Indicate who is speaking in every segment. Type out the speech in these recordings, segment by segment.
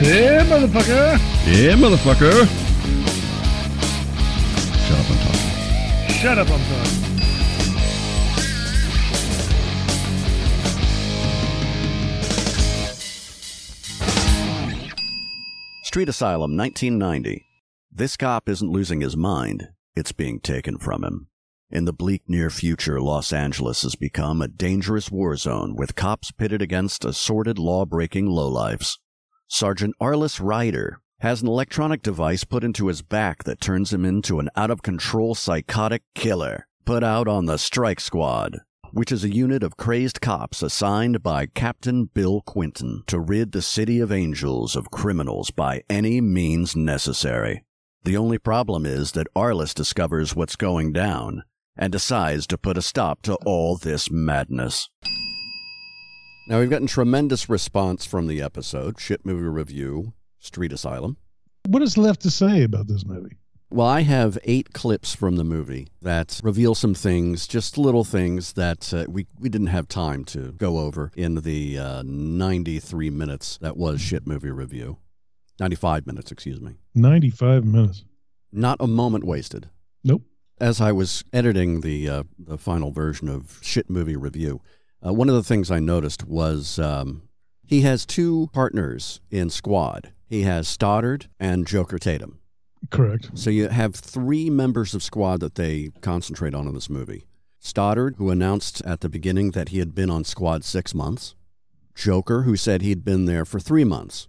Speaker 1: Yeah, motherfucker.
Speaker 2: Yeah, motherfucker. Shut up, I'm talking.
Speaker 1: Shut up, I'm done.
Speaker 3: Street Asylum, 1990. This cop isn't losing his mind, it's being taken from him. In the bleak near future, Los Angeles has become a dangerous war zone with cops pitted against assorted law breaking lowlifes. Sergeant Arliss Ryder has an electronic device put into his back that turns him into an out of control psychotic killer put out on the Strike Squad, which is a unit of crazed cops assigned by Captain Bill Quinton to rid the City of Angels of criminals by any means necessary. The only problem is that Arliss discovers what's going down and decides to put a stop to all this madness. Now, we've gotten tremendous response from the episode Shit Movie Review, Street Asylum.
Speaker 1: What is left to say about this movie?
Speaker 3: Well, I have eight clips from the movie that reveal some things, just little things that uh, we, we didn't have time to go over in the uh, 93 minutes that was Shit Movie Review. 95 minutes, excuse me.
Speaker 1: 95 minutes.
Speaker 3: Not a moment wasted.
Speaker 1: Nope.
Speaker 3: As I was editing the, uh, the final version of Shit Movie Review, uh, one of the things I noticed was um, he has two partners in Squad. He has Stoddard and Joker Tatum.
Speaker 1: Correct.
Speaker 3: So you have three members of squad that they concentrate on in this movie. Stoddard, who announced at the beginning that he had been on squad six months. Joker, who said he'd been there for three months.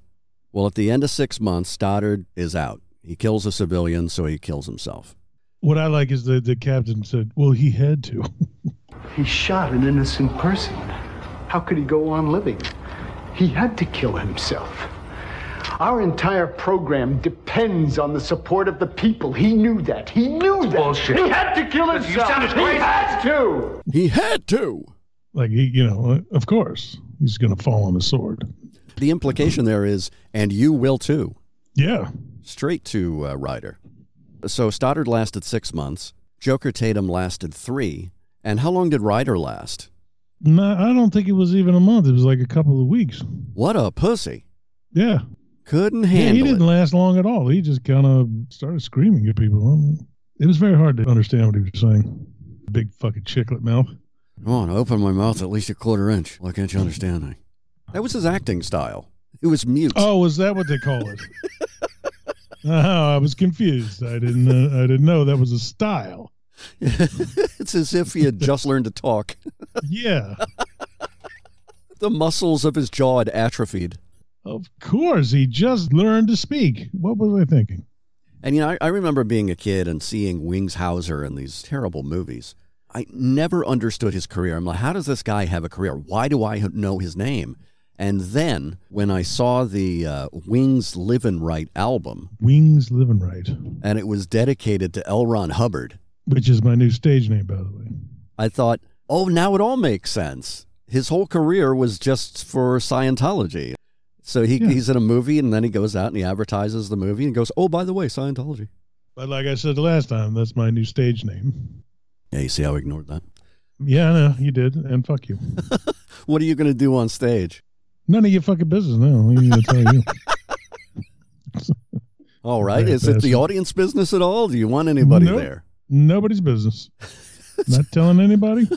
Speaker 3: Well, at the end of six months, Stoddard is out. He kills a civilian, so he kills himself.
Speaker 1: What I like is that the captain said, well, he had to.
Speaker 4: He shot an innocent person. How could he go on living? He had to kill himself. Our entire program depends on the support of the people. He knew that. He knew that.
Speaker 5: bullshit.
Speaker 4: He had to kill
Speaker 5: Listen, you
Speaker 4: himself.
Speaker 5: sound crazy.
Speaker 4: He had to.
Speaker 3: He had to!
Speaker 1: like, he, you know, uh, of course, he's going to fall on the sword.
Speaker 3: The implication there is, and you will too.
Speaker 1: Yeah.
Speaker 3: straight to uh, Ryder. So Stoddard lasted six months. Joker Tatum lasted three. And how long did Ryder last?
Speaker 1: No, I don't think it was even a month. It was like a couple of weeks.
Speaker 3: What a pussy!
Speaker 1: Yeah.
Speaker 3: Couldn't
Speaker 1: Yeah, he
Speaker 3: handle
Speaker 1: didn't
Speaker 3: it.
Speaker 1: last long at all. He just kind of started screaming at people. Um, It was very hard to understand what he was saying. Big fucking chiclet mouth.
Speaker 3: Come on, open my mouth at least a quarter inch. Why can't you understand me? That was his acting style. It was mute.
Speaker 1: Oh, was that what they call it? oh, I was confused. I didn't. Uh, I didn't know that was a style.
Speaker 3: it's as if he had just learned to talk.
Speaker 1: Yeah,
Speaker 3: The muscles of his jaw had atrophied.
Speaker 1: of course. He just learned to speak. What was I thinking?
Speaker 3: And you know, I, I remember being a kid and seeing Wings Hauser in these terrible movies. I never understood his career. I'm like, how does this guy have a career? Why do I know his name? And then when I saw the uh, Wings Livin' Right album,
Speaker 1: Wings living right,
Speaker 3: and it was dedicated to L. Ron Hubbard,
Speaker 1: which is my new stage name, by the way.
Speaker 3: I thought, oh, now it all makes sense. His whole career was just for Scientology. So he,
Speaker 1: Yeah.
Speaker 3: he's in a movie, and then he goes out and he advertises the movie and goes, oh, by the way, Scientology.
Speaker 1: But like I said the last time, that's my new stage name.
Speaker 3: Yeah, you see how I ignored that?
Speaker 1: Yeah, I know you did, and fuck you.
Speaker 3: What are you going to do on stage?
Speaker 1: None of your fucking business now. Let me tell you.
Speaker 3: All right.
Speaker 1: Very
Speaker 3: Is it the
Speaker 1: fast.
Speaker 3: audience business at all? Do you want anybody
Speaker 1: Nope.
Speaker 3: there?
Speaker 1: Nobody's business. Not telling anybody?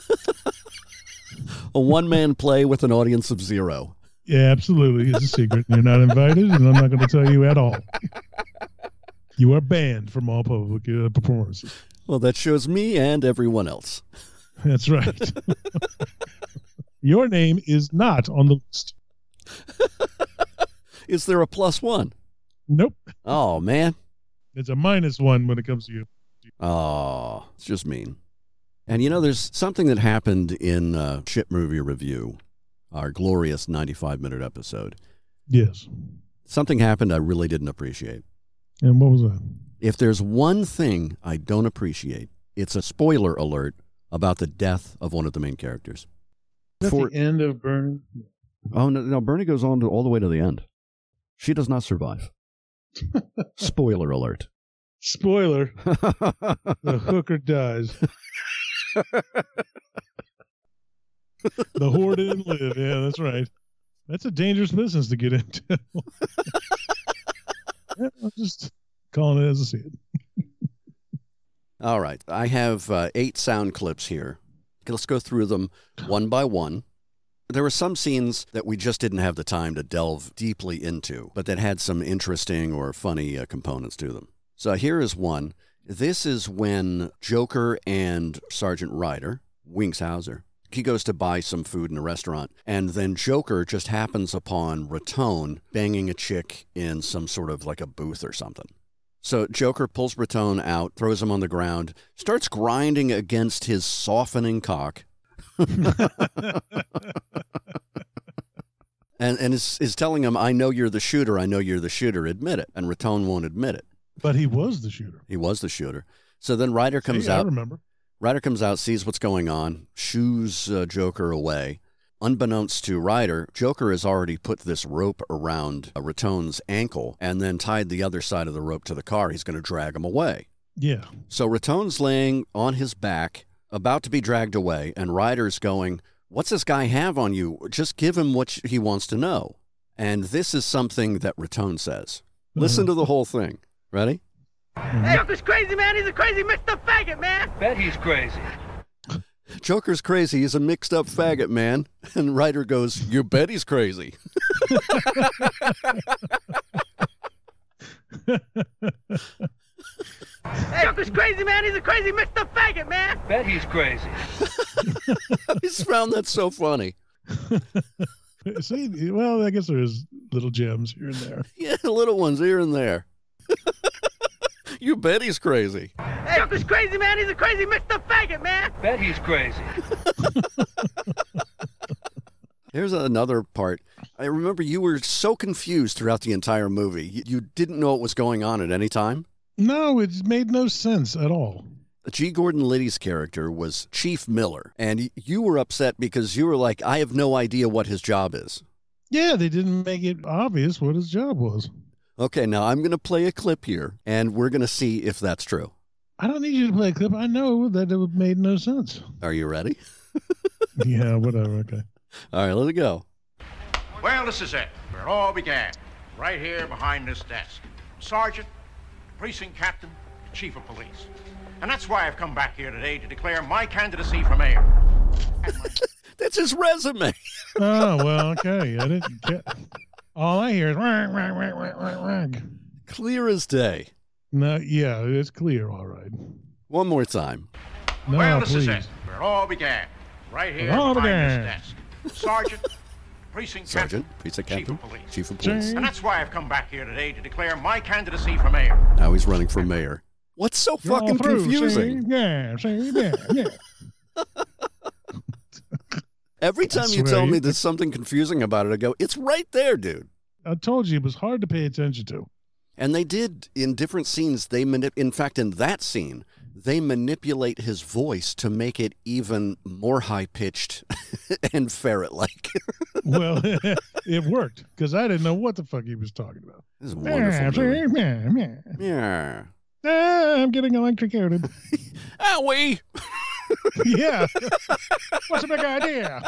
Speaker 3: A one man play with an audience of zero.
Speaker 1: Yeah, absolutely. It's a secret. You're not invited, and I'm not going to tell you at all. You are banned from all public uh, performances.
Speaker 3: Well, that shows me and everyone else.
Speaker 1: That's right. Your name is not on the list.
Speaker 3: Is there a plus one?
Speaker 1: Nope.
Speaker 3: Oh, man.
Speaker 1: It's a minus one when it comes to you.
Speaker 3: Oh, it's just mean. And you know, there's something that happened in uh, Ship Movie Review, our glorious 95 minute episode.
Speaker 1: Yes.
Speaker 3: Something happened I really didn't appreciate.
Speaker 1: And what was that?
Speaker 3: If there's one thing I don't appreciate, it's a spoiler alert about the death of one of the main characters. For-
Speaker 1: end of Burn.
Speaker 3: Oh no, no! Bernie goes on to, all the way to the end. She does not survive. Spoiler alert.
Speaker 1: Spoiler: the hooker dies. The whore didn't live. Yeah, that's right. That's a dangerous business to get into. Yeah, I'm just calling it as I see it.
Speaker 3: All right. I have uh, eight sound clips here. Okay, Let's go through them one by one. There were some scenes that we just didn't have the time to delve deeply into, but that had some interesting or funny uh, components to them. So here is one. This is when Joker and Sergeant Ryder, Winks Hauser, he goes to buy some food in a restaurant, and then Joker just happens upon Ratone banging a chick in some sort of like a booth or something. So Joker pulls Ratone out, throws him on the ground, starts grinding against his softening cock, and, and is, is telling him, I know you're the shooter, I know you're the shooter, admit it. And Ratone won't admit it.
Speaker 1: But he was the shooter.
Speaker 3: He was the shooter. So then Ryder comes
Speaker 1: See, I
Speaker 3: out.
Speaker 1: remember.
Speaker 3: Ryder comes out, sees what's going on, shoos uh, Joker away. Unbeknownst to Ryder, Joker has already put this rope around uh, Ratone's ankle and then tied the other side of the rope to the car. He's going to drag him away.
Speaker 1: Yeah.
Speaker 3: So Ratone's laying on his back, about to be dragged away, and Ryder's going, What's this guy have on you? Just give him what he wants to know. And this is something that Ratone says. Listen to the whole thing. Ready?
Speaker 5: Hey, Uncle's crazy, man. He's a crazy Mr. Faggot, man.
Speaker 6: Bet he's crazy.
Speaker 3: Joker's crazy. He's a mixed up faggot, man. And Ryder goes, You bet he's crazy.
Speaker 5: Hey, Uncle's crazy, man. He's a crazy Mr. Faggot, man.
Speaker 6: Bet he's crazy.
Speaker 3: I just found that so funny.
Speaker 1: See, well, I guess there's little gems here and there.
Speaker 3: Yeah, little ones here and there. you bet he's crazy.
Speaker 5: Hey, Uncle's crazy, man. He's a crazy Mr. Faggot, man.
Speaker 6: Bet he's crazy.
Speaker 3: Here's another part. I remember you were so confused throughout the entire movie. You, you didn't know what was going on at any time.
Speaker 1: No, it made no sense at all.
Speaker 3: G. Gordon Liddy's character was Chief Miller, and y- you were upset because you were like, I have no idea what his job is.
Speaker 1: Yeah, they didn't make it obvious what his job was.
Speaker 3: Okay, now I'm going to play a clip here, and we're going to see if that's true.
Speaker 1: I don't need you to play a clip. I know that it made no sense.
Speaker 3: Are you ready?
Speaker 1: Yeah, whatever. Okay.
Speaker 3: All right, let it go.
Speaker 7: Well, this is it, where it all began, right here behind this desk. Sergeant, precinct captain, chief of police. And that's why I've come back here today to declare my candidacy for mayor.
Speaker 3: That's his resume.
Speaker 1: Oh well, okay. I didn't get. All I hear is "Wag, wag, wag, wag, wag, wag."
Speaker 3: Clear as day.
Speaker 1: no. Yeah, it's clear. All right.
Speaker 3: One more time.
Speaker 1: No,
Speaker 7: well, this
Speaker 1: please.
Speaker 7: is it, where it all began, right here
Speaker 1: It all
Speaker 7: behind
Speaker 1: began.
Speaker 7: this desk. Sergeant, precinct
Speaker 3: Sergeant,
Speaker 7: captain,
Speaker 3: precinct
Speaker 7: chief
Speaker 3: captain,
Speaker 7: of police.
Speaker 3: chief of police.
Speaker 7: And that's why I've come back here today to declare my candidacy for mayor.
Speaker 3: Now he's running for mayor. What's so
Speaker 1: You're all
Speaker 3: fucking
Speaker 1: through,
Speaker 3: confusing?
Speaker 1: see? Yeah, see? yeah, yeah.
Speaker 3: Every time you
Speaker 1: swear
Speaker 3: tell
Speaker 1: you-
Speaker 3: me there's something confusing about it, I go, it's right there, dude.
Speaker 1: I told you it was hard to pay attention to.
Speaker 3: And they did in different scenes. They manip- in fact, in that scene, they manipulate his voice to make it even more high pitched and ferret like.
Speaker 1: Well, it worked because I didn't know what the fuck he was talking about.
Speaker 3: this is a
Speaker 1: Yeah,
Speaker 3: wonderful. movie.
Speaker 1: see? yeah, yeah.
Speaker 3: Yeah.
Speaker 1: Ah, I'm getting electrocuted.
Speaker 3: Owie!
Speaker 1: yeah. What's a big idea?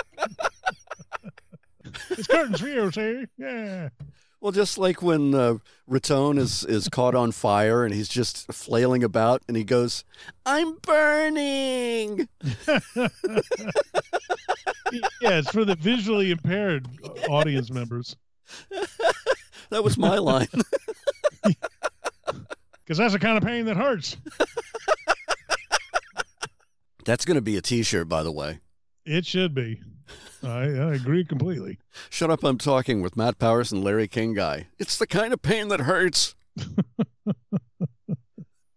Speaker 1: it's curtains for you, see? Yeah.
Speaker 3: Well, just like when uh, Ratone is, is caught on fire and he's just flailing about and he goes, I'm burning.
Speaker 1: Yeah, it's for the visually impaired audience members
Speaker 3: That was my line.
Speaker 1: because that's the kind of pain that hurts.
Speaker 3: That's going to be a t shirt, by the way.
Speaker 1: It should be. I, I agree completely.
Speaker 3: Shut up, I'm talking with Matt Powers and Larry King Guy. It's the kind of pain that hurts.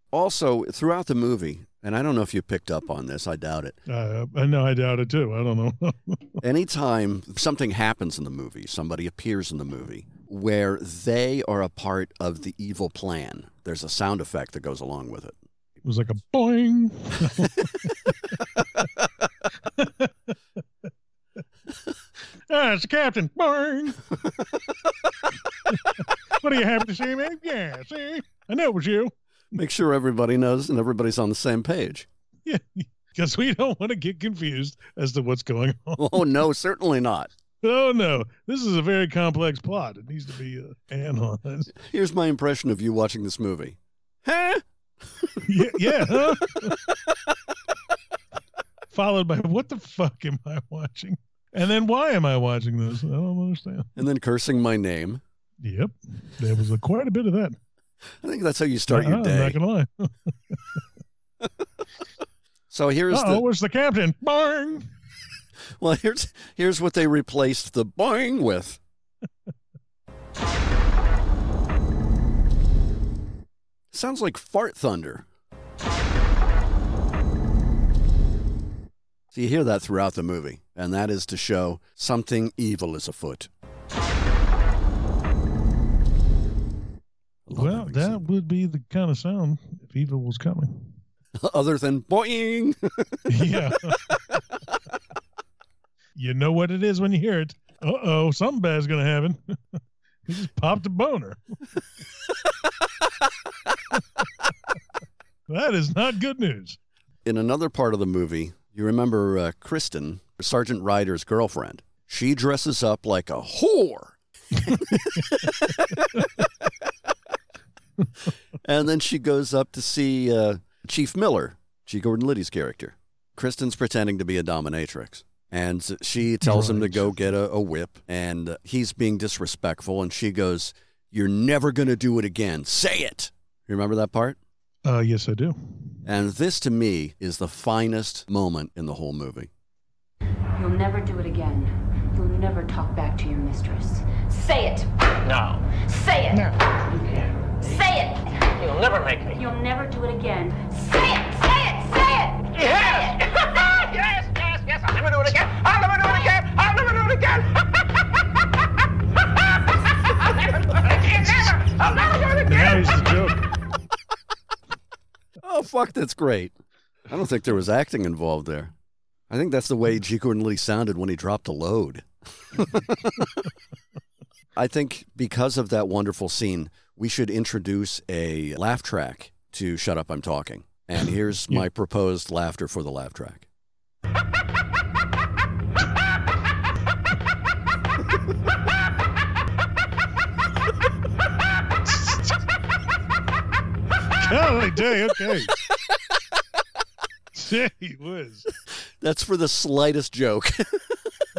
Speaker 3: also, throughout the movie, and I don't know if you picked up on this, I doubt it.
Speaker 1: Uh, I know I doubt it too. I don't know.
Speaker 3: Anytime something happens in the movie, somebody appears in the movie where they are a part of the evil plan, there's a sound effect that goes along with it.
Speaker 1: it was like a boing. ah, it's the captain. Boing. what are you happy to see me? Yeah, see? I know it was you.
Speaker 3: Make sure everybody knows and everybody's on the same page.
Speaker 1: Yeah. because we don't want to get confused as to what's going on.
Speaker 3: Oh, no, certainly not.
Speaker 1: Oh no, this is a very complex plot. It needs to be uh, analyzed.
Speaker 3: Here's my impression of you watching this movie. Huh?
Speaker 1: yeah, yeah huh? Followed by what the fuck am I watching? And then why am I watching this? I don't understand.
Speaker 3: And then cursing my name.
Speaker 1: Yep, there was a, quite a bit of that.
Speaker 3: I think that's how you start
Speaker 1: Uh-uh,
Speaker 3: your
Speaker 1: I'm not
Speaker 3: day.
Speaker 1: gonna lie.
Speaker 3: So here's
Speaker 1: Oh,
Speaker 3: the
Speaker 1: where's the captain? Bang!
Speaker 3: well here's here's what they replaced the boing with. Sounds like fart thunder. So you hear that throughout the movie, and that is to show something evil is afoot. I love
Speaker 1: Well,
Speaker 3: having
Speaker 1: that
Speaker 3: some-
Speaker 1: would be the kind of sound if evil was coming.
Speaker 3: other than boing.
Speaker 1: yeah. you know what it is when you hear it. Uh oh, something bad's gonna happen. he just popped a boner. that is not good news.
Speaker 3: in another part of the movie, you remember uh, Kristen, Sergeant Ryder's girlfriend. She dresses up like a whore. and then she goes up to see uh, Chief Miller, G. Gordon Liddy's character. Kristen's pretending to be a dominatrix. And s- she tells him to
Speaker 1: Right.
Speaker 3: go get a, a whip. And uh, he's being disrespectful. And she goes, You're never going to do it again. Say it. You remember that part?
Speaker 1: Uh yes I do.
Speaker 3: And this to me is the finest moment in the whole movie.
Speaker 8: You'll never do it again. You'll never talk back to your mistress. Say it.
Speaker 9: No.
Speaker 8: Say it. Say it.
Speaker 9: You'll never make me.
Speaker 8: You'll never do it again. Say it. Say it. Say it.
Speaker 9: Yes! yes, yes, yes. I'll never do it again. I'll never do it again. I'll never do it again. I'll never do it again. Never. I'll never do it again.
Speaker 1: That is the joke.
Speaker 3: Oh, fuck, that's great. I don't think there was acting involved there. I think that's the way G. Gordon Liddy sounded when he dropped a load. I think because of that wonderful scene, we should introduce a laugh track to Shut Up, I'm Talking. And here's my proposed laughter for the laugh track.
Speaker 1: Golly day, okay. Gee whiz.
Speaker 3: That's for the slightest joke.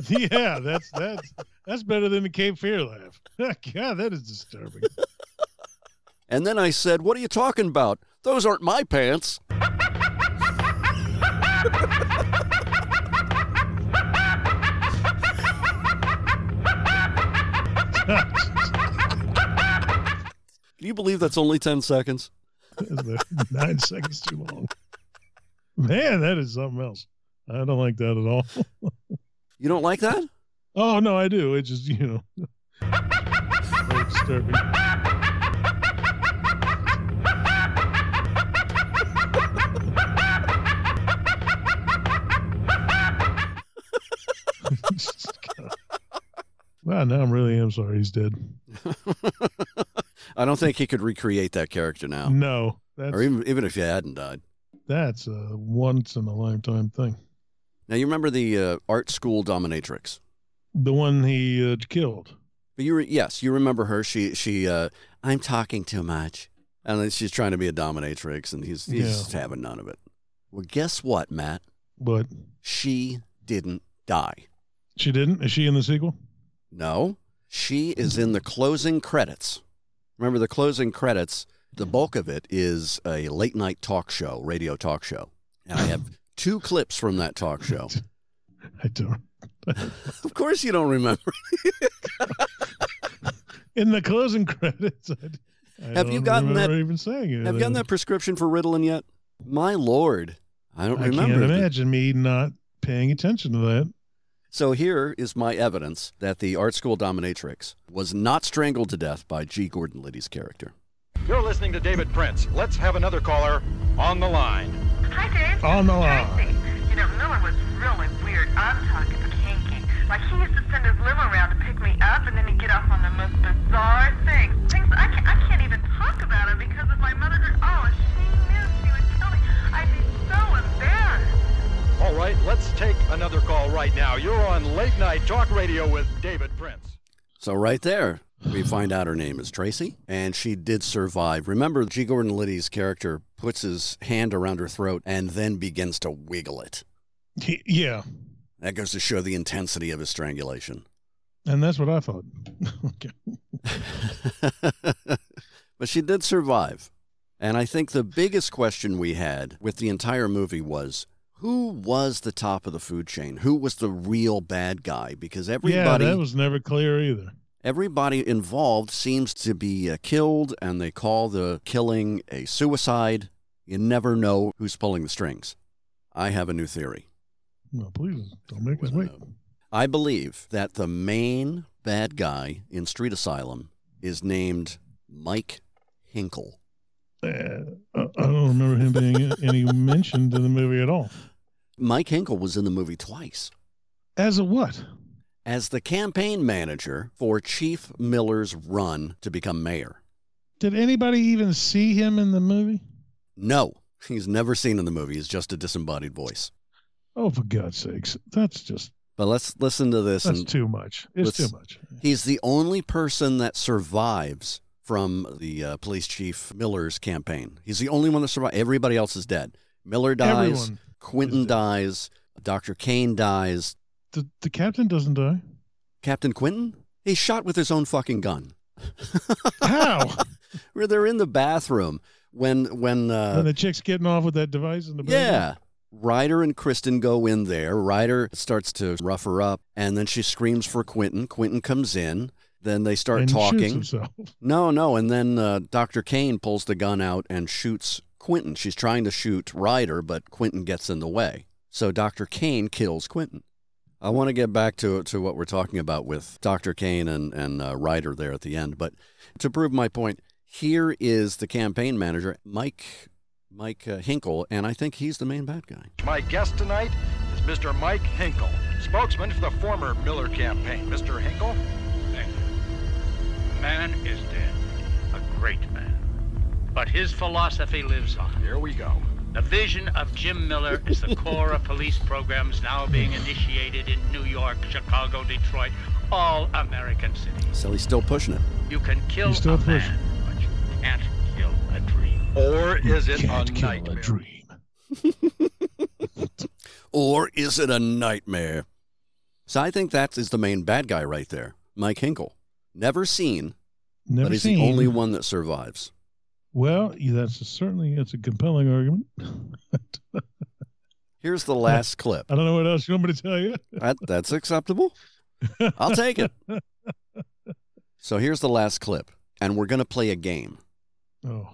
Speaker 1: Yeah, that's that's that's better than the Cape Fear laugh. God, that is disturbing.
Speaker 3: And then I said, What are you talking about? Those aren't my pants. Can you believe that's only 10 seconds?
Speaker 1: That's about nine seconds too long. Man, that is something else. I don't like that at all.
Speaker 3: You don't like that?
Speaker 1: Oh no, I do. It just you know, very disturbing. wow, now I'm really am sorry he's dead.
Speaker 3: I don't think he could recreate that character now.
Speaker 1: No, that's
Speaker 3: Or even, even if he hadn't died.
Speaker 1: that's a once in a lifetime thing.
Speaker 3: Now, you remember the uh, art school dominatrix?
Speaker 1: The one he uh, killed.
Speaker 3: But you, re- yes, you remember her. She, she, uh, I'm talking too much, and then she's trying to be a dominatrix, and he's he's
Speaker 1: Yeah.
Speaker 3: just having none of it. Well, guess what, Matt?
Speaker 1: But
Speaker 3: She didn't die.
Speaker 1: she didn't. Is she in the sequel?
Speaker 3: No, she is in the closing credits. Remember the closing credits? The bulk of it is a late night talk show, radio talk show, and I have two clips from that talk show.
Speaker 1: I don't.
Speaker 3: Of course, you don't remember.
Speaker 1: In the closing credits, I, I
Speaker 3: Have
Speaker 1: don't
Speaker 3: you gotten that-
Speaker 1: remember Even saying it.
Speaker 3: Have you gotten that prescription for Ritalin yet? My lord, I don't
Speaker 1: I
Speaker 3: remember.
Speaker 1: can't
Speaker 3: if it-
Speaker 1: imagine me not paying attention to that.
Speaker 3: So here is my evidence that the art school dominatrix was not strangled to death by G. Gordon Liddy's character.
Speaker 7: You're listening to David Prince. Let's have another caller on the line.
Speaker 5: Hi, Dave.
Speaker 1: On the line.
Speaker 5: Tracy. You know, Miller was really weird. I'm talking kinky. Like, he used to send his limo around to pick me up, and then he'd get off on the most bizarre things. Things I can't, I can't even talk about him because if my mother heard, oh, if she knew she would kill me, I'd be so embarrassed.
Speaker 10: right, let's take another call right now. You're on Late Night Talk Radio with David Prince.
Speaker 3: So right there, we find out her name is Tracy, and she did survive. Remember, G. Gordon Liddy's character puts his hand around her throat and then begins to wiggle it.
Speaker 1: He- yeah,
Speaker 3: That goes to show the intensity of his strangulation.
Speaker 1: and that's what I thought. okay.
Speaker 3: but she did survive. And I think the biggest question we had with the entire movie was who was the top of the food chain? Who was the real bad guy? Because everybody
Speaker 1: Yeah, that was never clear either.
Speaker 3: everybody involved seems to be uh, killed and they call the killing a suicide. You never know who's pulling the strings. I have a new theory.
Speaker 1: No, please don't make us
Speaker 3: Well, um,
Speaker 1: wait.
Speaker 3: no. I believe that the main bad guy in Street Asylum is named Mike Hinkle.
Speaker 1: Uh, I I don't remember him being any mentioned in the movie at all.
Speaker 3: Mike Hinkle was in the movie twice
Speaker 1: As a what?
Speaker 3: as the campaign manager for Chief Miller's run to become mayor.
Speaker 1: Did anybody even see him in the movie?
Speaker 3: No, he's never seen in the movie. He's just a disembodied voice.
Speaker 1: Oh, for God's sakes! That's just
Speaker 3: But let's listen to this.
Speaker 1: that's
Speaker 3: And
Speaker 1: too much. It's too
Speaker 3: let's-
Speaker 1: much.
Speaker 3: he's the only person that survives from the uh, police chief Miller's campaign. He's the only one that survived. Everybody else is dead. Miller dies.
Speaker 1: Everyone.
Speaker 3: Quentin
Speaker 1: dead.
Speaker 3: dies. Dr. Kane dies.
Speaker 1: The the captain doesn't die.
Speaker 3: Captain Quentin? He's shot with his own fucking gun.
Speaker 1: How?
Speaker 3: Uh, Where they're in the bathroom when when uh,
Speaker 1: and the chick's getting off with that device in the bathroom?
Speaker 3: Yeah. Ryder and Kristen go in there. Ryder starts to rough her up, and then she screams for Quentin. Quentin comes in. Then they start
Speaker 1: and he shoots
Speaker 3: talking.
Speaker 1: himself.
Speaker 3: No, no. And then uh, Dr. Kane pulls the gun out and shoots Quentin. She's trying to shoot Ryder, but Quentin gets in the way. So Dr. Kane kills Quentin. I want to get back to, to what we're talking about with Dr. Kane and, and uh, Ryder there at the end. But to prove my point, here is the campaign manager, Mike, Mike uh, Hinkle, and I think he's the main bad guy.
Speaker 10: My guest tonight is Mr. Mike Hinkle, spokesman for the former Miller campaign. Mr. Hinkle?
Speaker 9: Thank you. The man is dead. A great man. But his philosophy lives on.
Speaker 10: Here we go.
Speaker 9: The vision of Jim Miller is the core of police programs now being initiated in New York, Chicago, Detroit, all American cities.
Speaker 3: So he's still pushing it.
Speaker 9: You can kill
Speaker 1: He's still
Speaker 9: a
Speaker 1: pushing.
Speaker 9: man, but you can't kill a dream.
Speaker 10: Or is it a
Speaker 1: Can't kill a
Speaker 10: nightmare?
Speaker 1: dream.
Speaker 3: Or is it a nightmare? So I think that is the main bad guy right there, Mike Hinkle. Never seen,
Speaker 1: Never
Speaker 3: but he's
Speaker 1: seen.
Speaker 3: the only one that survives.
Speaker 1: Well, yeah, that's a, certainly it's a compelling argument.
Speaker 3: Here's the last clip.
Speaker 1: I don't know what else you want me to tell you.
Speaker 3: That, that's acceptable. I'll take it. So here's the last clip, and we're going to play a game.
Speaker 1: Oh,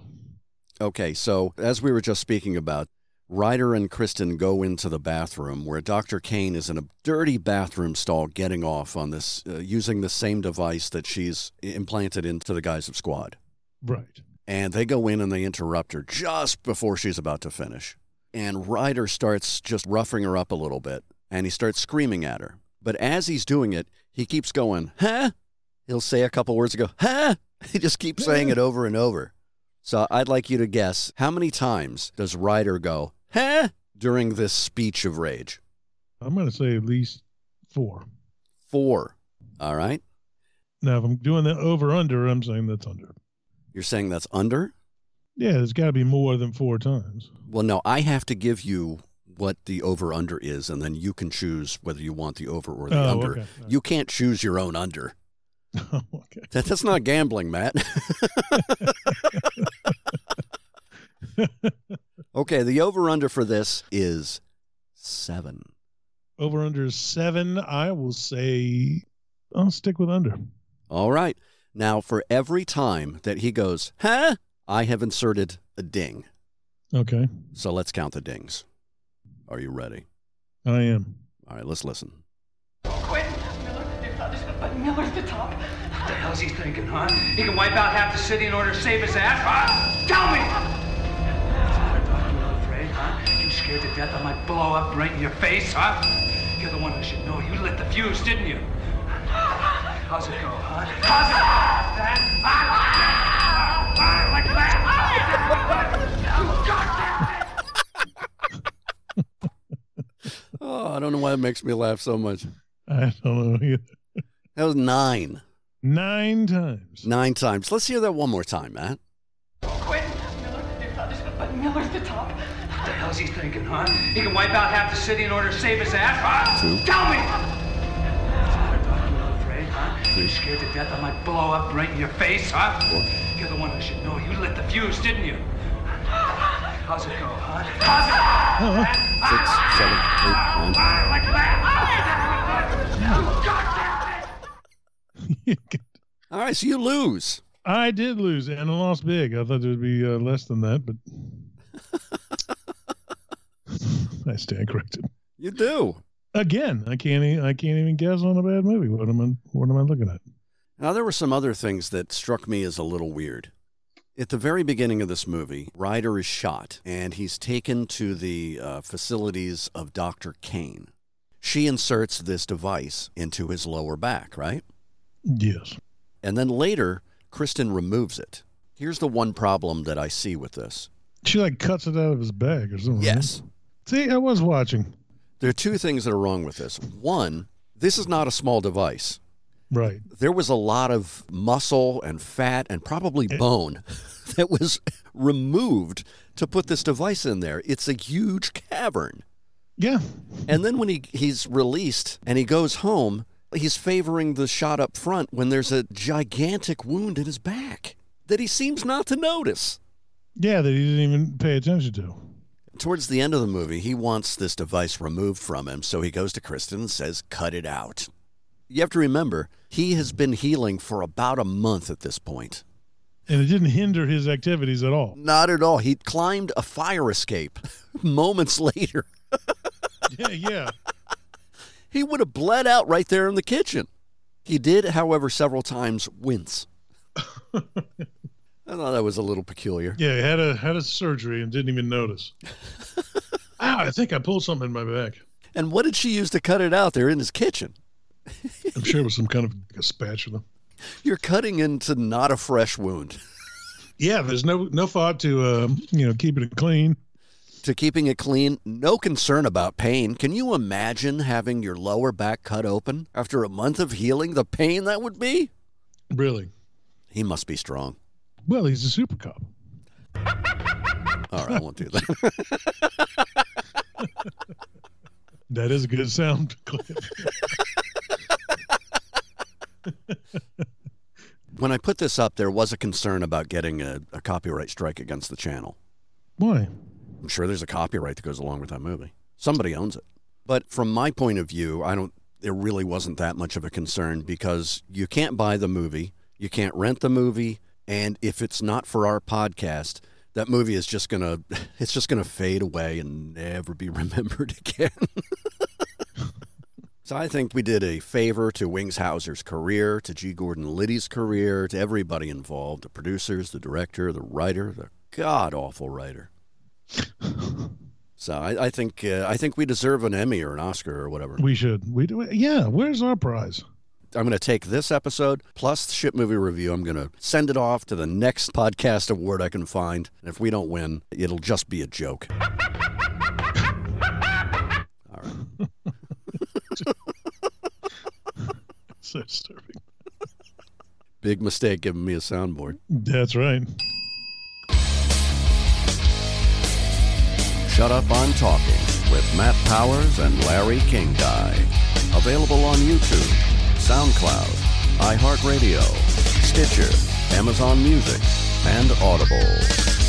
Speaker 3: Okay, so as we were just speaking about, Ryder and Kristen go into the bathroom where Dr. Kane is in a dirty bathroom stall getting off on this, uh, using the same device that she's implanted into the guys of Squad.
Speaker 1: right.
Speaker 3: and they go in and they interrupt her just before she's about to finish. And Ryder starts just roughing her up a little bit and he starts screaming at her. But as he's doing it, he keeps going, huh? He'll say a couple words and go, huh? He just keeps saying it over and over. So I'd like you to guess how many times does Ryder go, huh? During this speech of rage?
Speaker 1: I'm going to say at least four.
Speaker 3: Four. All right.
Speaker 1: Now, if I'm doing the over under, I'm saying that's under.
Speaker 3: You're saying that's under?
Speaker 1: Yeah, there's got to be more than four times.
Speaker 3: Well, no, I have to give you what the over under is, and then you can choose whether you want the over or the
Speaker 1: Oh,
Speaker 3: under.
Speaker 1: okay.
Speaker 3: You can't choose your own under.
Speaker 1: Oh, okay.
Speaker 3: That, that's not gambling, Matt. okay, the over under for this is seven.
Speaker 1: Over under is seven. I will say I'll stick with under.
Speaker 3: All right. Now, for every time that he goes, huh? I have inserted a ding.
Speaker 1: Okay.
Speaker 3: So let's count the dings. Are you ready?
Speaker 1: I am.
Speaker 3: All right, let's listen.
Speaker 6: What the hell's he thinking, huh? He can wipe out half the city in order to save his ass, huh? Tell me! Is that what I'm afraid, huh? You scared to death I might blow up right in your face, huh? You're the one who should know. You lit the fuse, didn't you? How's it go, huh? How's it go? That? Ah! Ah! Like that? Ah! You goddamn-
Speaker 3: Oh, I don't know why it makes me laugh so much.
Speaker 1: I don't know. Either.
Speaker 3: That was nine.
Speaker 1: Nine times.
Speaker 3: Nine times. Let's hear that one more time, Matt.
Speaker 6: Quit! Miller, it's others, but, but Miller's the top. What the hell's he thinking, huh? He can wipe out half the city in order to save his ass, huh?
Speaker 3: Two.
Speaker 6: Tell me! afraid, huh? You're scared to death I might blow up right in your face, huh? You're the one who should know. You lit the fuse, didn't you? How's it go, huh? How's it
Speaker 3: Six, seven, eight, nine.
Speaker 6: Ah, Like
Speaker 5: Oh,
Speaker 6: that?
Speaker 3: All right, so you lose.
Speaker 1: I did lose and I lost big. I thought it would be uh, less than that, but I stand corrected.
Speaker 3: You do.
Speaker 1: Again, I can't. e- I can't even guess on a bad movie. What am I? What am I looking at?
Speaker 3: Now, there were some other things that struck me as a little weird. At the very beginning of this movie, Ryder is shot and he's taken to the uh, facilities of Dr. Kane. She inserts this device into his lower back, right?
Speaker 1: Yes.
Speaker 3: And then later, Kristen removes it. Here's the one problem that I see with this.
Speaker 1: She like cuts it out of his bag or something. right?
Speaker 3: Yes,
Speaker 1: See, I was watching.
Speaker 3: there are two things that are wrong with this. One, this is not a small device.
Speaker 1: Right.
Speaker 3: There was a lot of muscle and fat and probably bone that was removed to put this device in there. It's a huge cavern.
Speaker 1: Yeah.
Speaker 3: And then when he, he's released and he goes home, he's favoring the shot up front when there's a gigantic wound in his back that he seems not to notice.
Speaker 1: Yeah. That he didn't even pay attention to.
Speaker 3: Towards the end of the movie, he wants this device removed from him, so he goes to Kristen and says, Cut it out. You have to remember, he has been healing for about a month at this point.
Speaker 1: And it didn't hinder his activities at all.
Speaker 3: Not at all. He climbed a fire escape moments later.
Speaker 1: Yeah. Yeah.
Speaker 3: He would have bled out right there in the kitchen. He did, however, several times wince. I thought that was a little peculiar.
Speaker 1: Yeah. He had a had a surgery and didn't even notice. Ow! I think I pulled something in my back.
Speaker 3: And what did she use to cut it out there in his kitchen?
Speaker 1: I'm sure it was some kind of like a spatula.
Speaker 3: You're cutting into not a fresh wound.
Speaker 1: Yeah, there's no no thought to um, you know keeping it clean.
Speaker 3: to keeping it clean, no concern about pain. Can you imagine having your lower back cut open after a month of healing? The pain that would be?
Speaker 1: Really?
Speaker 3: He must be strong.
Speaker 1: Well, he's a super cop.
Speaker 3: All right, I won't do that.
Speaker 1: That is a good sound clip.
Speaker 3: when I put this up, there was a concern about getting a, a copyright strike against the channel.
Speaker 1: Why?
Speaker 3: I'm sure there's a copyright that goes along with that movie. Somebody owns it. But from my point of view, I don't there really wasn't that much of a concern because you can't buy the movie, you can't rent the movie, and if it's not for our podcast, that movie is just going to it's just going to fade away and never be remembered again. so I think we did a favor to Wings Hauser's career, to G Gordon Liddy's career, to everybody involved, the producers, the director, the writer, the god awful writer. So I, I think uh, I think we deserve an Emmy or an Oscar or whatever.
Speaker 1: We should. We do. Yeah. Where's our prize?
Speaker 3: I'm going to take this episode plus the ship movie review. I'm going to send it off to the next podcast award I can find. And if we don't win, it'll just be a joke.
Speaker 1: So disturbing.
Speaker 3: Big mistake giving me a soundboard.
Speaker 1: That's right.
Speaker 3: Shut Up on Talking with Matt Powers and Larry King Guy. Available on YouTube, SoundCloud, iHeartRadio, Stitcher, Amazon Music, and Audible.